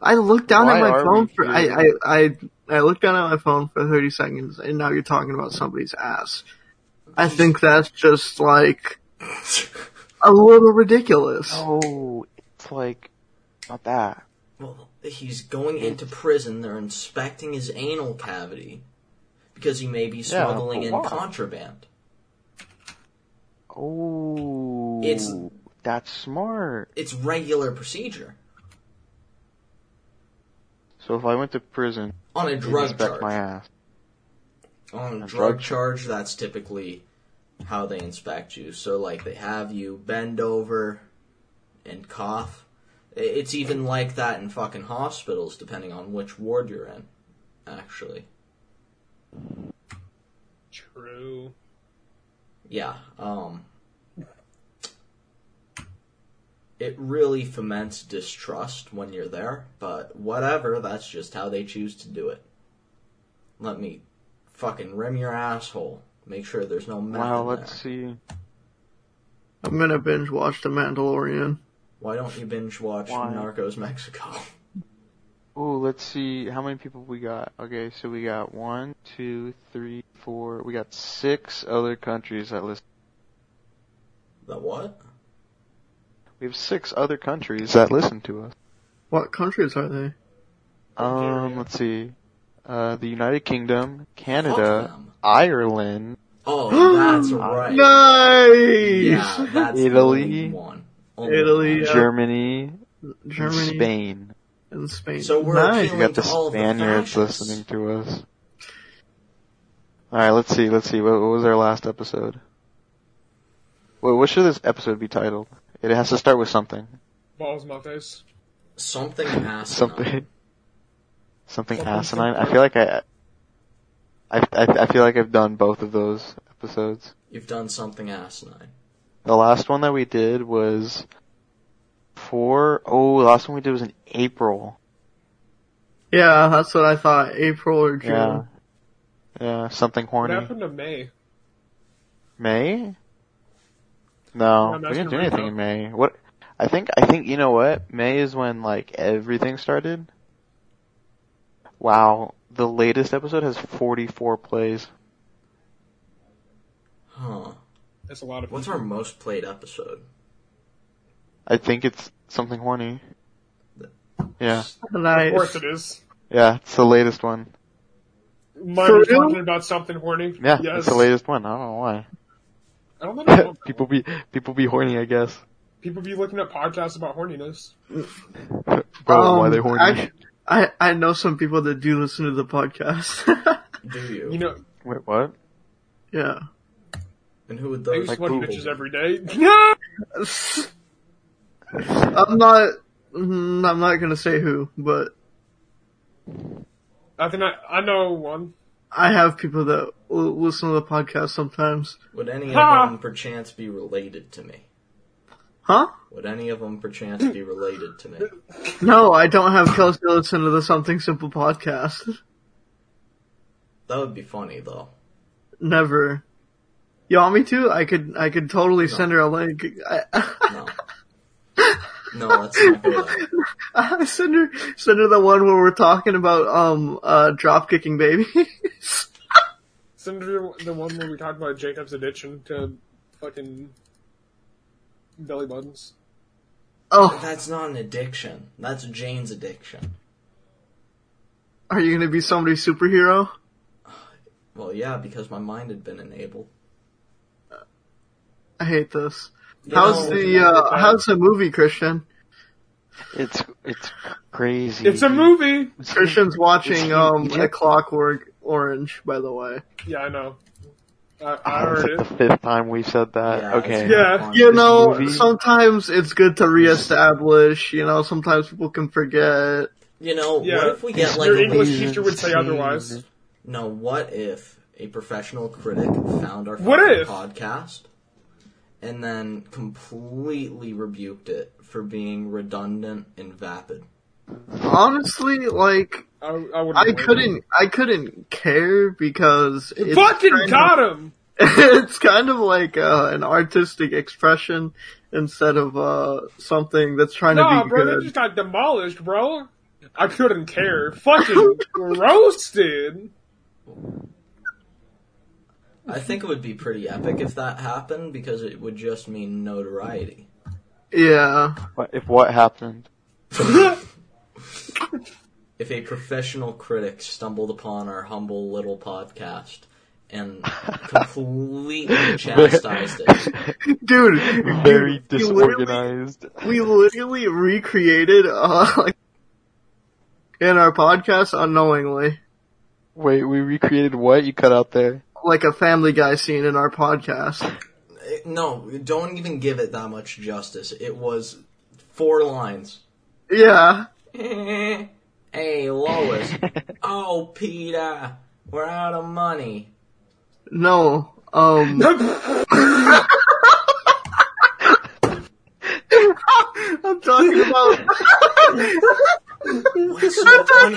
B: I looked down
A: Why
B: at my
A: are
B: phone
A: we
B: for I, I
A: here?
B: I I looked down at my phone for thirty seconds, and now you're talking about somebody's ass. I think that's just like a little ridiculous.
A: no, oh, it's like not that.
C: Well, he's going into prison. They're inspecting his anal cavity because he may be smuggling
A: but
C: in
A: why?
C: contraband.
A: Oh,
C: It's-
A: that's smart.
C: It's regular procedure
A: So if I went to prison,
C: on a
A: they'd
C: drug
A: inspect
C: charge.
A: my ass.
C: on a drug,
A: drug
C: charge, that's typically how they inspect you. So like they have you bend over and cough. I- It's even like that in fucking hospitals, depending on which ward you're in. Actually,
D: True.
C: yeah. Um, it really foments distrust when you're there, but whatever. That's just how they choose to do it. Let me fucking rim your asshole. Make sure there's no meth
A: Wow,
C: in
A: let's
C: there.
A: see.
B: I'm gonna binge watch The Mandalorian.
C: Why don't you binge watch
A: Why?
C: Narcos Mexico?
A: Oh, let's see how many people we got. Okay, so we got one, two, three, four. We got six other countries that listen.
C: The what?
A: We have six other countries that listen to us.
B: What countries are they?
A: Um,
D: Bulgaria.
A: let's see. Uh, the United Kingdom,
C: Fuck
A: Canada,
C: them.
A: Ireland,
C: Oh, that's right.
B: Nice.
C: Yeah, that's
A: Italy.
C: The only one. Only
B: Italy,
C: one.
B: Yeah.
A: Germany, and
B: Germany
A: Spain.
B: and Spain.
C: So we're
B: nice.
A: We
C: appealing-
A: got the
C: To all of the
A: Spaniards
C: fascists.
A: listening to us. All right, let's see. Let's see. What, what was our last episode? Wait, what should this episode be titled? It has to start with something.
D: Balls in my face.
C: Something asinine.
A: Something. Something
D: Something
A: asinine. I
D: simple.
A: feel like I. I, I, I feel like I've done both of those episodes.
C: You've done something asinine.
A: The last one that we did was four oh the last one we did was in April.
B: yeah, that's what I thought. April or June.
A: Yeah. Yeah, something
D: What
A: horny.
D: happened to May?
A: May? No,
D: Yeah,
A: we
D: that's
A: didn't do
D: gonna
A: anything
D: work
A: in May. What? I think I think you know what May is when like everything started. Wow, the latest episode has 44 plays.
C: Huh.
D: That's a lot of.
C: What's our most played episode?
A: I think it's something horny. Yeah,
D: Of course
B: Nice.
D: it is.
A: yeah, it's the latest one.
D: Mine
B: For
D: was
B: real?
D: talking about something horny.
A: Yeah,
D: Yes. Oh.
A: it's the latest one. I don't know why.
D: I don't know.
A: people be people be horny, I guess.
D: People be looking at podcasts about horniness.
A: Bro,
B: Um,
A: why they horny?
B: act- I I know some people that do listen to the podcast.
C: Do you?
D: You know,
A: Wait, what?
B: yeah.
C: and who would
D: I
C: those
D: used to watch
A: Google.
D: bitches every day. No!
B: I'm not. mm, I'm not gonna say who, but
D: I think I, I know one.
B: I have people that l- listen to the podcast sometimes.
C: Would any of
D: Ha!
C: them perchance be related to me?
B: Huh?
C: Would any of them perchance be related to me?
B: No, I don't have Kelsey listen to the Something Simple podcast.
C: That would be funny though.
B: Never. You want me to? I could. I could totally send her a link. I,
C: No. No, let's not go there.
B: I send her. Send her the one where we're talking about um uh drop kicking babies.
D: Send her the one where we talked about Jacob's addiction to fucking belly buttons.
B: oh,
C: That's not an addiction. That's Jane's addiction.
B: are you gonna be somebody's superhero?
C: Well, yeah, because my mind had been enabled.
B: I hate this.
C: You
B: How's
C: know,
B: the uh, how's the movie, Christian?
A: It's it's crazy.
D: It's a movie!
B: Christian's watching um
A: Yeah.
B: a Clockwork Orange, by the way.
D: Yeah, I know. I, I
A: Oh, it's
D: heard
A: like
D: it.
A: the fifth time we've said that.
C: Yeah,
A: okay.
C: it's
D: Yeah.
C: fun.
B: You know,
A: movie-
B: sometimes it's good to reestablish. You know, sometimes people can forget.
C: You know,
D: Yeah.
C: what if we get like
D: Your
C: a
D: English
C: lead-
D: teacher would say
A: Insane.
D: otherwise.
C: No, what if a professional critic found our
D: What
C: fucking
D: if?
C: podcast and then completely rebuked it for being redundant and vapid.
B: Honestly, like
D: I, I would.
B: I couldn't, I couldn't care because it's
D: Fucking
B: kind
D: got
B: of,
D: him.
B: It's kind of like uh, an artistic expression instead of uh, something that's trying to
D: Nah,
B: be
D: bro, they
B: good.
D: just got demolished, bro. I couldn't care. Fucking roasted.
C: I think it would be pretty epic if that happened because it would just mean notoriety.
B: Yeah,
A: What- If what happened?
C: if a professional critic stumbled upon our humble little podcast and completely chastised it.
B: dude,
A: Very
B: dude, we literally-
A: disorganized.
B: We literally recreated uh, like, in our podcast unknowingly,
A: Wait, we recreated what you cut out there?
B: like a Family Guy scene in our podcast.
C: It- No, don't even give it that much justice. It was four lines.
B: Yeah,
C: hey, Lois. oh, Peter. We're out of money.
B: no, um. I'm talking about.
C: What's so funny?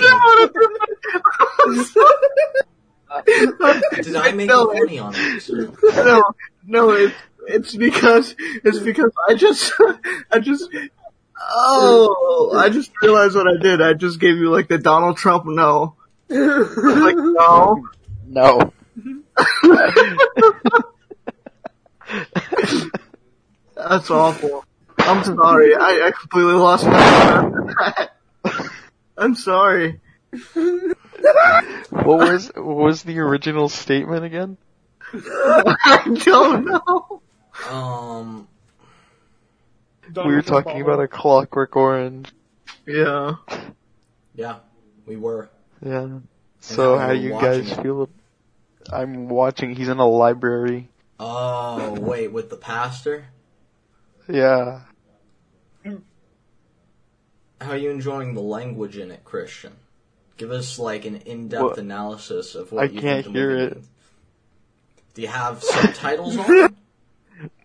C: Did I make
B: No,
C: a funny on this?
B: no, no, it's it's because it's because I just I just oh I just realized what I did. I just gave you like the Donald Trump no. Like no.
A: No.
B: That's awful. I'm sorry. I, I completely lost my I'm sorry.
A: What was what was the original statement again?
B: I don't know.
C: Um,
A: We were talking about a clockwork orange.
B: Yeah.
C: yeah, we were.
A: Yeah. So
C: how
A: how
C: you're
A: do you
C: watching
A: guys
C: it.
A: feel? I'm watching. He's in a library.
C: Oh, wait, with the pastor?
A: Yeah.
C: How are you enjoying the language in it, Christian? Give us like an in-depth
A: What?
C: analysis of what
A: I
C: you
A: can't
C: think the
A: hear
C: movie
A: it.
C: means. Do you have subtitles on?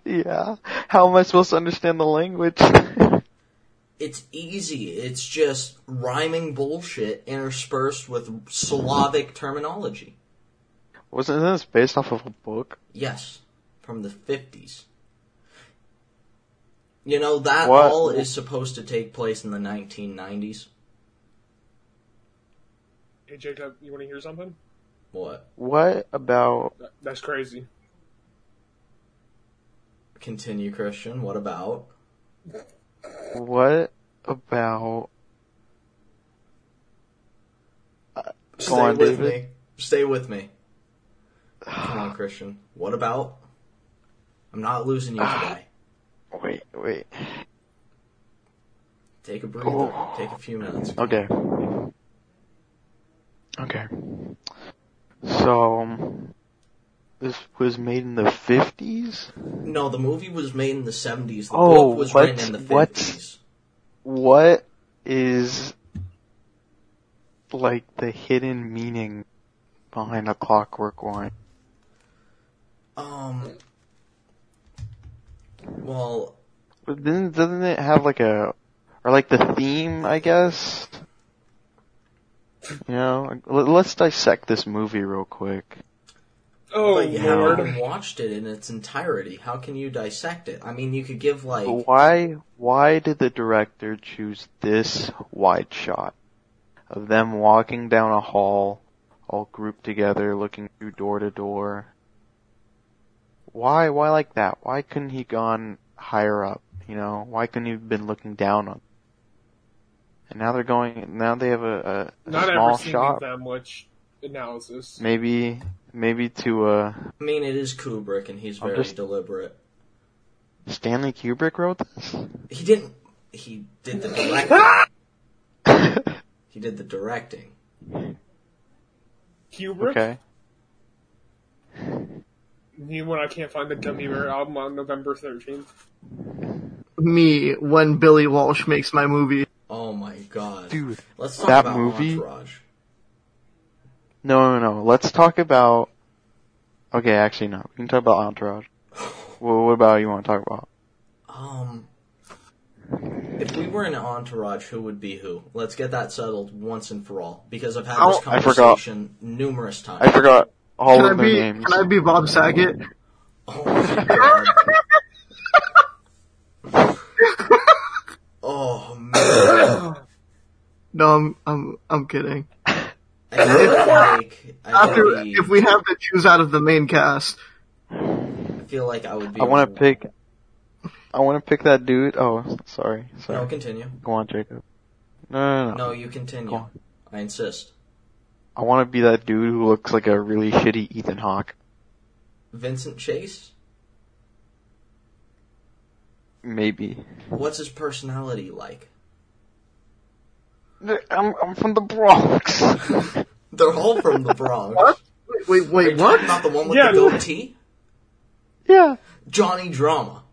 A: Yeah. How am I supposed to understand the language?
C: It's easy. It's just rhyming bullshit interspersed with Slavic terminology.
A: Wasn't this based off of a book?
C: Yes, from the 50s. You know, that
A: What?
C: all is supposed to take place in the 1990s.
D: Hey Jacob, you want to hear something?
C: What?
A: What about
D: That- That's crazy.
C: Continue, Christian. What about?
A: what about
C: Stay
A: uh, on,
C: with
A: David.
C: me. Stay with me. Come on, Christian. What about? I'm not losing you today.
A: wait, wait.
C: Take a breather.
A: Oh.
C: Take a few minutes.
A: Okay. Okay. So um, this was made in the 50s?
C: No, the movie was made in the 70s. The
A: Oh,
C: book was
A: what?
C: written in the 50s.
A: What? What is like the hidden meaning behind a clockwork orange?
C: Um. Well,
A: But then doesn't it have like a or like the theme, I guess? You know, L- let's dissect this movie real quick.
D: Oh
C: but you
D: lord.
C: haven't watched it in its entirety. How can you dissect it? I mean, you could give like
A: Oh, Why why did the director choose this wide shot of them walking down a hall all grouped together looking through door to door? Why why like that? Why couldn't he gone higher up, you know? Why couldn't he have been looking down on and now they're going now they have a, a, a
D: Not
A: small
D: ever seen
A: shot
D: that much analysis.
A: maybe maybe to uh
C: I mean, it is Kubrick, and he's
A: I'll
C: very
A: just-
C: deliberate.
A: Stanley Kubrick wrote this?
C: He didn't. He did the directing. he did the directing.
D: Kubrick.
A: okay.
D: You when I can't find the Gummy Bear album on November thirteenth.
B: Me when Billy Walsh makes my movie.
C: Oh my god,
A: Dude,
C: Let's talk
A: that
C: about
A: movie-
C: Entourage.
A: No, no, no. Let's talk about. Okay, actually, no. We can talk about Entourage. Well, what about you want to talk about?
C: Um, if we were an entourage, who would be who? Let's get that settled once and for all because I've had this
A: Oh, I forgot.
C: conversation numerous times.
A: I forgot all
B: Can I
A: of their
B: be
A: names.
B: can I be Bob Saget?
C: Oh my god. oh man.
B: No, I'm I'm I'm kidding.
C: I feel like I,
B: After
C: could be,
B: if we have to choose out of the main cast,
C: I feel like I would be.
A: I want to pick. I want to pick that dude. Oh, sorry, sorry.
C: No, continue.
A: Go on, Jacob. No, no, no.
C: No, you continue.
A: Go on.
C: I insist.
A: I want to be that dude who looks like a really shitty Ethan Hawke.
C: Vincent Chase.
A: Maybe.
C: What's his personality like?
A: I'm I'm from the Bronx.
C: They're all from the Bronx.
B: What? wait, wait,
C: Are you
B: wait
C: talking
B: what?
C: about the one with
D: Yeah,
C: the
D: no.
C: goatee?
A: yeah,
C: Johnny Drama.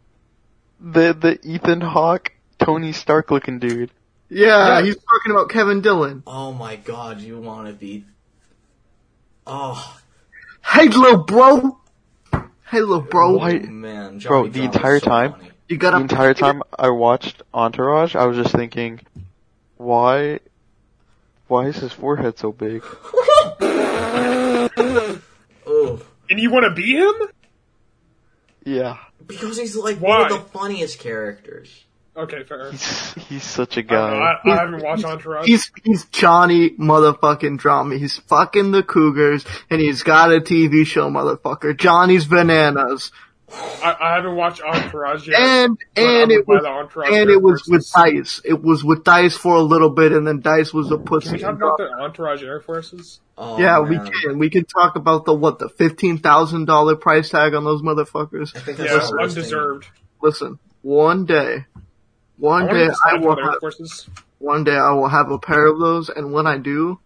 A: the the Ethan Hawke, Tony Stark looking dude.
B: Yeah,
D: Yeah.
B: he's talking about Kevin Dillon.
C: Oh my god, you want to be. Oh,
B: Hey, little bro. Hey, little bro.
A: Why-
C: oh, man. Johnny
A: Bro, the
C: Drama's
A: entire
C: so
A: time-
C: funny.
B: You got
A: The entire time I watched Entourage, I was just thinking, why, why is his forehead so big?
C: Oh.
D: And you want to be him?
A: Yeah,
C: Because he's like
D: Why?
C: one of the funniest characters.
D: Okay, fair.
A: he's uh, he's such a
D: I, don't know,
A: guy.
D: I, I haven't watched Entourage.
B: He's he's Johnny motherfucking drama. He's fucking the Cougars, and he's got a TV show, motherfucker. Johnny's bananas,
D: I, I haven't watched Entourage yet.
B: and
D: but I'm
B: and it
D: by
B: was
D: the Entourage
B: and it was
D: Air
B: with
D: Force.
B: Dice. It was with Dice for a little bit, and then Dice was a
D: Can
B: pussy.
D: we talk about the Entourage Air Forces?
C: Oh,
B: yeah, we
C: man.
B: can we can talk about the what the fifteen thousand dollar price tag on those motherfuckers.
C: I think that's
D: Yeah,
C: the worst
D: undeserved.
B: Listen, one day,
D: I
B: one
D: wanna
B: day
D: be
B: I
D: signed for
B: will
D: the
B: have
D: Air Forces.
B: one day I will have a pair of those, and when I do,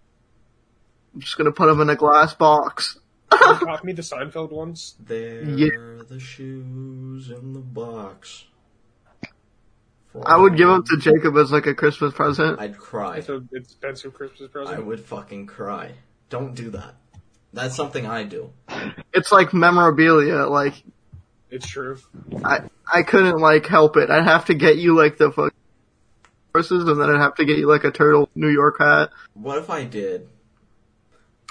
B: I'm just gonna put them in a glass box.
D: Can you pop me the Seinfeld ones.
C: Thing. They're
B: Yeah.
C: the shoes in the box.
B: I would give them to Jacob as like a Christmas present.
C: I'd cry.
D: It's a it's expensive Christmas
C: I
D: present.
C: would fucking cry. Don't do that. That's something I do.
B: It's like memorabilia. Like
D: It's true.
B: I, I couldn't like help it. I'd have to get you like the fuck horses, and then I'd have to get you like a turtle New York hat.
C: What if I did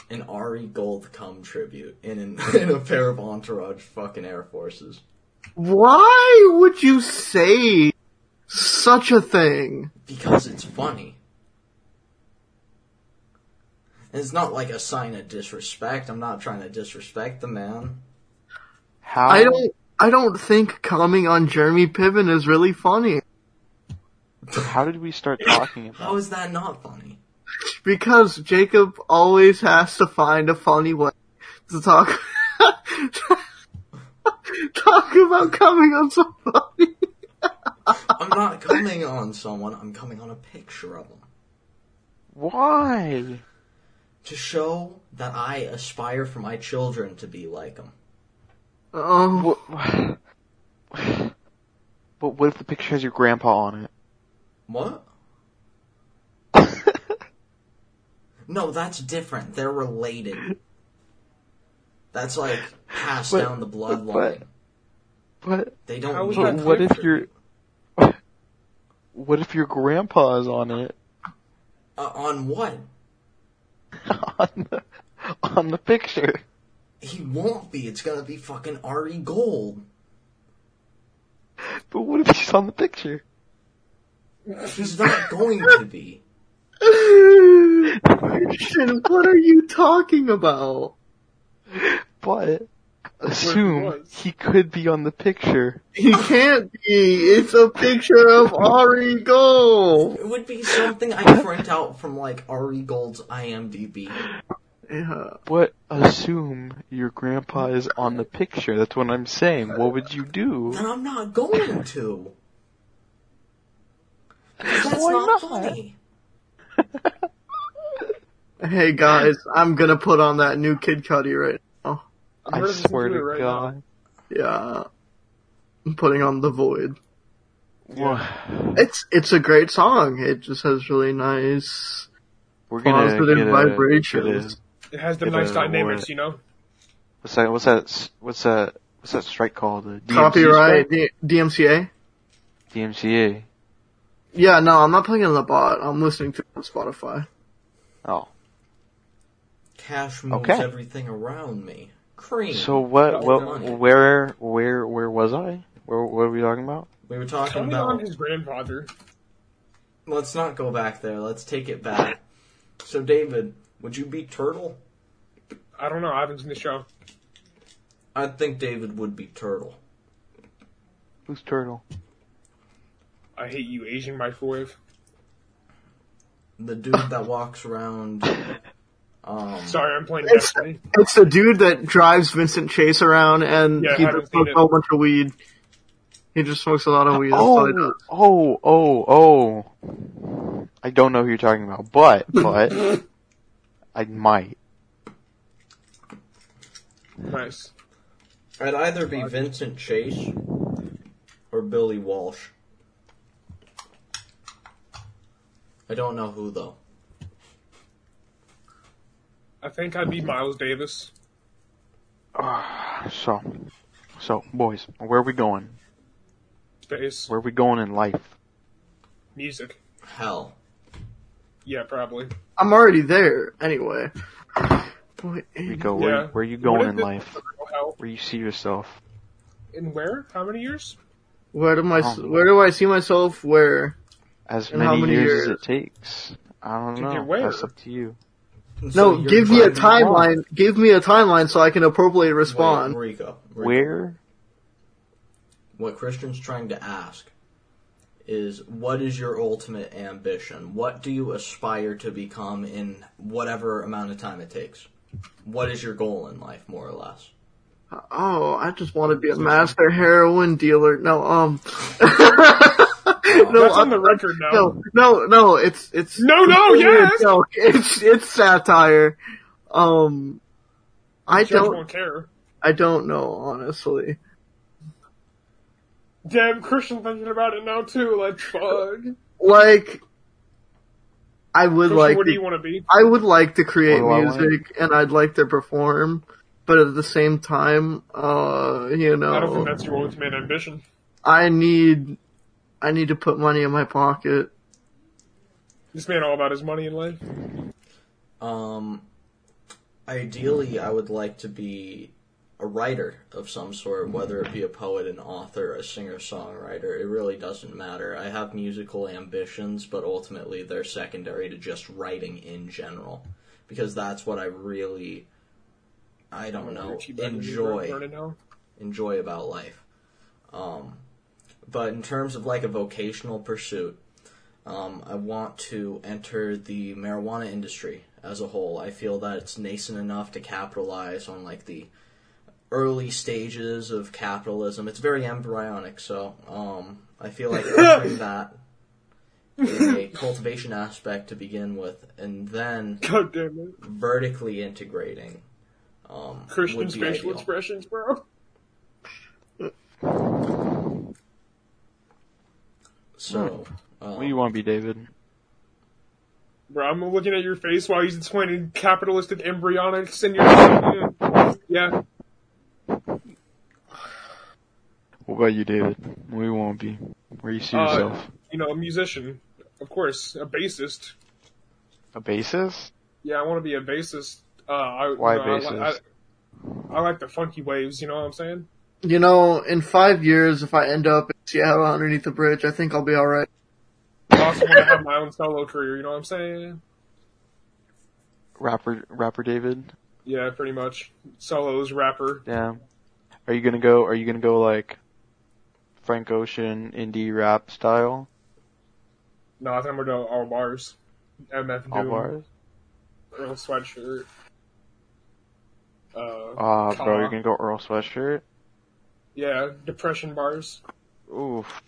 C: an Ari Gold cum tribute in an, in a pair of Entourage fucking Air Forces?
B: Why would you say such a thing?
C: Because it's funny. And it's not like a sign of disrespect. I'm not trying to disrespect the man.
A: How
B: I don't. I don't think commenting on Jeremy Piven is really funny
A: how did we start talking about?
C: How is that not funny?
B: because Jacob always has to find a funny way to talk. talk about coming on somebody.
C: I'm not coming on someone, I'm coming on a picture of them.
A: Why?
C: To show that I aspire for my children to be like them.
B: Oh.
A: What? But what if the picture has your grandpa on it?
C: What? No, that's different. They're related. That's like passed
A: But-
C: down the bloodline.
A: but- but
C: they don't
D: How is
C: need
D: that
A: but what if
C: comfort.
A: your what if your grandpa is on it
C: Uh, on what?
A: on the, on the picture?
C: He won't be. It's gonna be fucking Ari Gold.
A: But what if he's on the picture?
C: He's not going to be.
B: Christian, what are you talking about?
A: But assume
D: was.
A: he could be on the picture.
B: He can't be. It's a picture of Ari Gold.
C: It would be something I print out from like Ari Gold's IMDb.
B: Yeah.
A: But assume your grandpa is on the picture. That's what I'm saying. What would you do?
C: Then I'm not going to. That's
A: Why
C: not,
A: not?
C: funny.
B: Hey guys, I'm gonna put on that new Kid Cudi right now.
D: I'm
A: I
D: listening to
A: swear
D: it
A: to
D: right
A: God.
B: Yeah. I'm putting on The Void.
A: Wha-
B: It's it's a great song. It just has really nice
A: We're gonna
B: positive
A: get a, get a-
B: vibrations.
D: It has the
A: Get
D: nice
A: a award.
D: dynamics, you know.
A: what's that? What's that? What's that? what's that strike called? The DMC
B: Copyright
A: strike?
B: D- DMCA.
A: DMCA.
B: Yeah, no, I'm not playing it on the bot. I'm listening to it on Spotify.
A: Oh,
C: Cash moves
A: Okay.
C: everything around me. Cream.
A: so what?
D: Got
A: What?
C: money.
A: Where? Where? Where was I? Where? What were we talking about?
C: we were talking
D: Tony
C: about.
D: on his grandfather.
C: Let's not go back there. Let's take it back. So, David, would you beat Turtle?
D: I don't know. I haven't seen the show.
C: I think David would beat Turtle.
A: Who's turtle?
D: I hate you, Asian microwave.
C: The dude that walks around. Um,
D: Sorry, I'm playing
B: It's-
D: Destiny.
B: It's the dude that drives Vincent Chase around and
D: Yeah, I
B: he
D: haven't
B: just
D: seen
B: smokes
D: it.
B: a whole bunch of weed. He just smokes a lot of weed. That's all he
A: Oh,
B: does.
A: oh, oh, oh. I don't know who you're talking about, but but I might.
D: Nice.
C: I'd either be Vincent Chase or Billy Walsh. I don't know who, though.
D: I think I'd be Miles Davis.
A: Ah, So, so boys, where are we going?
D: Space.
A: Where are we going in life?
D: Music.
C: Hell.
D: Yeah, probably.
B: I'm already there anyway. Boy,
A: Rico,
D: Yeah.
A: where, where are you
D: What
A: going
D: if
A: in
D: this-
A: life?
D: Oh, hell.
A: Where you see yourself?
D: In where? How many years?
B: where do my
A: Oh.
B: where do I see myself? Where?
A: As
B: In how
A: many
B: many
A: years, as
B: years?
A: it takes. I don't
D: To
A: know.
D: get where?
A: That's up to you.
B: No,
C: you're
B: give me a
C: driving-
B: timeline. Give me a timeline so I can appropriately respond.
C: Wait, Rico, Rico.
A: Where?
C: What Christian's trying to ask is what is your ultimate ambition? What do you aspire to become in whatever amount of time it takes? What is your goal in life, more or less?
B: Oh, I just want to be a master heroin dealer. No, um. no,
D: That's
B: I-
D: on the record now.
B: No, no, no. It's it's
D: No, no,
B: it's,
D: yes!
B: no. It's it's satire. Um, I
D: Judge
B: don't
D: won't care.
B: I don't know honestly.
D: Damn, Christian thinking about it now too. Like fuck.
B: Like, I would
D: Christian,
B: like
D: what
B: to-
D: do you want to be?
B: I would like to create
A: What do I want?
B: music and I'd like to perform, but at the same time, uh, you
D: I don't
B: know,
D: think that's your ultimate ambition.
B: I need I need to put money in my pocket.
D: This man all about his money in life.
C: Um, ideally, I would like to be a writer of some sort, whether it be a poet, an author, a singer songwriter. It really doesn't matter. I have musical ambitions, but ultimately they're secondary to just writing in general. Because that's what I really, I don't know,
D: Richie Brandon,
C: enjoy
D: Brandon now.
C: enjoy about life. Um, but in terms of like a vocational pursuit, um, I want to enter the marijuana industry as a whole. I feel that it's nascent enough to capitalize on like the early stages of capitalism. It's very embryonic, so um, I feel like entering that in a cultivation aspect to begin with, and then
D: God damn it,
C: vertically integrating. Um,
D: Christian
C: would be
D: facial
C: ideal.
D: expressions, bro.
C: So,
A: Hmm. What
C: um,
A: do you want to be, David?
D: Bro, I'm looking at your face while he's explaining capitalistic embryonics, and you're like, mm, yeah.
A: What about you, David? What do you want to be? Where you see
D: Uh,
A: yourself?
D: you know, a musician, of course, a bassist. uh,
A: A bassist?
D: Yeah, I want to be a bassist. Uh, I,
A: Why
D: you know, I li-
A: bassist?
D: I, I like the funky waves. You know what I'm saying?
B: You know, in five years, if I end up in Seattle underneath the bridge, I think I'll be all right.
D: I also want to have my own solo career. You know what I'm saying?
A: Rapper, rapper David?
D: Yeah, pretty much. Solos, rapper.
A: Yeah. Are you gonna go? Are you gonna go like Frank Ocean indie rap style?
D: No, I think I'm gonna do all bars. MF Doom,
A: All bars?
D: Earl Sweatshirt. Uh,
A: Ah, bro,
D: Aw.
A: you're gonna go Earl Sweatshirt?
D: yeah, depression bars.
A: Oof.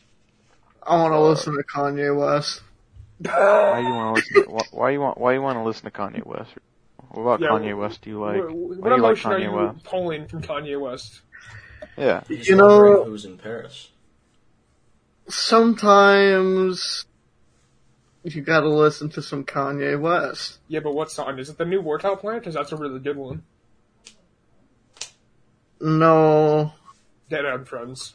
B: I want to listen to Kanye West.
A: Why you want to listen? wh- Why you want? Why you want to listen to Kanye West? What about
D: Yeah,
A: Kanye
D: wh-
A: West? Do you like?
D: what what
A: why do you like
D: emotion
A: Kanye
D: are you
A: West?
D: pulling from Kanye West?
A: Yeah.
C: He's
B: You
C: wondering
B: know-
C: who's in Paris.
B: Sometimes you gotta listen to some Kanye West.
D: Yeah, but what song? Is it the new workout plan? Because that's a really good one.
B: No,
D: Dead End Friends.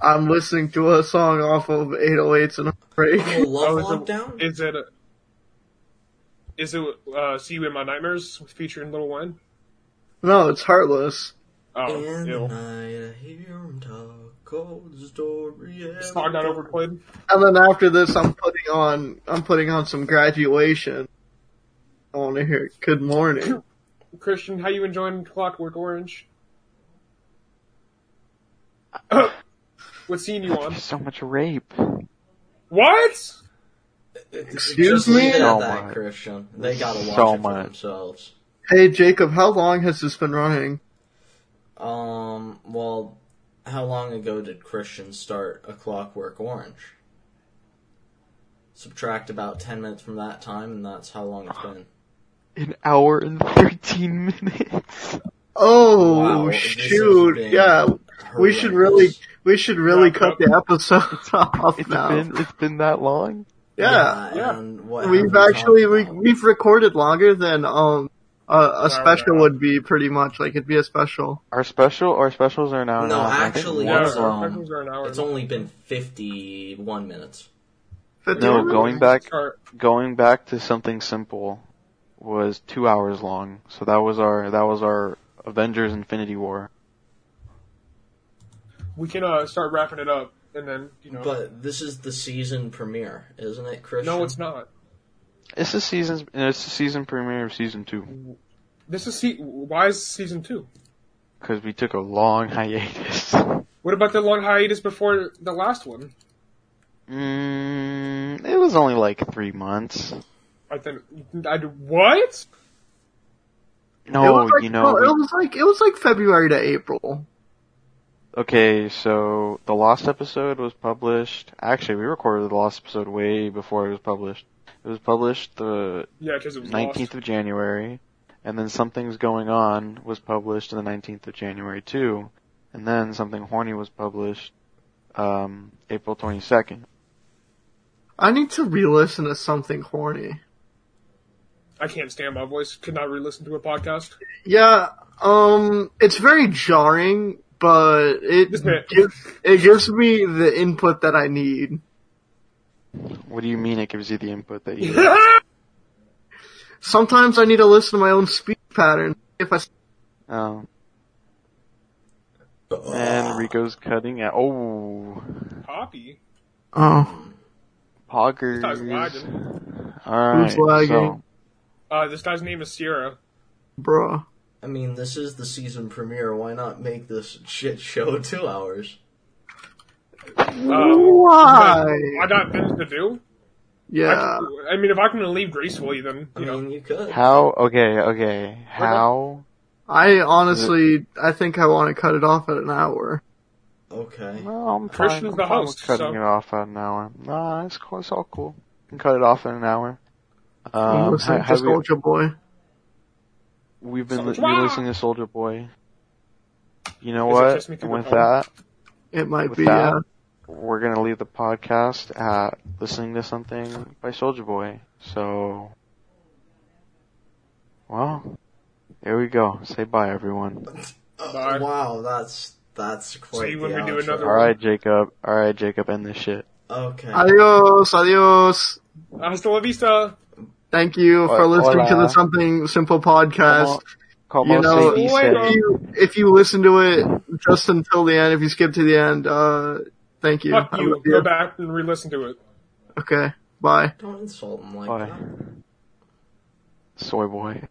B: I'm listening to a song off of 808s and Heartbreak.
C: Oh, love
D: Oh, is it-
C: lockdown?
D: Is it? Is it uh, "See You in My Nightmares" featuring Little Wayne?
B: No, it's Heartless.
D: Oh,
C: In the
D: ew.
C: night I hear 'em talk, cold story.
D: This song got overplayed.
B: And then after this, I'm putting on I'm putting on some graduation. I want to hear "Good Morning."
D: Christian, how you enjoying Clockwork Orange? what scene you on?
A: There's so much rape.
D: What?
B: Excuse
C: Just
B: me?
C: leave it at
A: So
C: that,
A: much.
C: Christian. They gotta watch
A: So
C: it for
A: much.
C: themselves.
B: Hey Jacob, how long has this been running?
C: Um, well, how long ago did Christian start A Clockwork Orange? Subtract about 10 minutes from that time, and that's how long it's been.
A: An hour and 13 minutes.
B: Oh
C: Wow, this has
B: shoot!
C: been
B: Yeah, we should really
C: horrendous.
B: we should really
D: Yeah,
B: cut the episode off
A: It's
B: now.
A: been it's been that long.
B: yeah,
D: yeah.
C: And what
B: we've
C: have we
B: actually
C: talked
B: we,
C: about?
B: we've recorded longer than um a, a
D: Wow,
B: special
D: wow.
B: would be pretty much like it'd be a special.
A: Our special our specials are now.
C: No,
A: and a half. I think
C: actually,
A: one
D: Yeah,
A: of
C: it's,
A: them-
C: um,
D: Christians are an hour.
C: It's only been 51 minutes.
B: 50
A: No,
B: minutes?
A: going back-
D: Sorry.
A: going back to something simple was two hours long. So that was our that was our Avengers Infinity War.
D: We can uh, start wrapping it up, and then you know.
C: But this is the season premiere, isn't it, Christian?
D: no, it's not.
A: It's the season's it's the season premiere of season two
D: This is se- why is season two?
A: because we took a long hiatus.
D: What about the long hiatus before the last one?
A: Mm, it was only like three months.
D: I think I do what?
B: It
A: No,
B: was like-
A: oh, you know.
B: no,
A: we-
B: it was like it was like February to April.
A: okay, so the lost episode was published. Actually, we recorded the lost episode way before it was published. It was published the
D: Yeah, because it was
A: nineteenth of January, and then something's going on was published on the nineteenth of January too, and then something horny was published um, April twenty second.
B: I need to re-listen to something horny.
D: lost. I can't stand my voice. Could not re-listen to a podcast.
B: Yeah, um, it's very jarring, but it
D: Just a minute.
B: gives, it gives me the input that I need.
A: What do you mean it gives you the input that you? need?
D: That's
B: Sometimes I need to listen to my own speech pattern. If I
A: oh,
C: Uh,
A: and Rico's cutting at oh
D: Poppy.
B: oh,
D: Starts
A: poggers.
D: lagging.
A: All right,
B: Who's lagging?
A: so
D: Uh, this guy's name is Sierra.
B: bruh,
C: I mean, this is the season premiere. Why not make this shit show two hours?
D: Um,
B: why?
D: I got things to do. I,
B: Yeah,
D: can- I mean, if I can leave gracefully, then
C: I
D: you know.
B: Mm.
C: mean, you could.
A: how? Okay, okay, how?
B: I honestly, I think I want to cut it off at an hour.
C: Okay.
A: Well, I'm fine.
D: Christian's
A: I'm
D: the
A: fine with
D: host,
A: cutting
D: so-
A: it off at an hour. Nah, it's cool. It's all cool. You can cut it off in an hour.
B: I'm
A: Um,
B: listening
A: ha-
B: to
A: have we-
B: Soldier Boy.
A: We've been
D: Soulja
A: you're
D: Boy.
A: listening to Soldier Boy. You know
D: Is it
A: what?
D: just me through
A: And
D: the
A: with
D: phone?
A: that,
B: It might
A: With
B: be.
A: that?
B: Uh,
A: we're gonna leave the podcast at listening to something by Soldier Boy. So, well, here we go. Say bye, everyone.
C: Uh,
D: Bye.
C: wow, that's that's quite.
D: See
C: the
D: when we do
C: outro.
D: another
A: All right, Jacob. All right, Jacob. End this shit.
C: Okay.
B: adios, adios.
D: Hasta la vista.
B: Thank you for
A: Hola.
B: listening to the Something Simple podcast.
A: Como
B: You know-
A: se dice?
D: Later.
B: if you if you listen to it just until the end, if you skip to the end, uh, thank you.
D: Fuck
B: I
D: you.
B: love
D: Go back and re-listen to it.
B: Okay, bye.
C: Don't insult him like
A: Bye.
C: that.
A: Soy boy.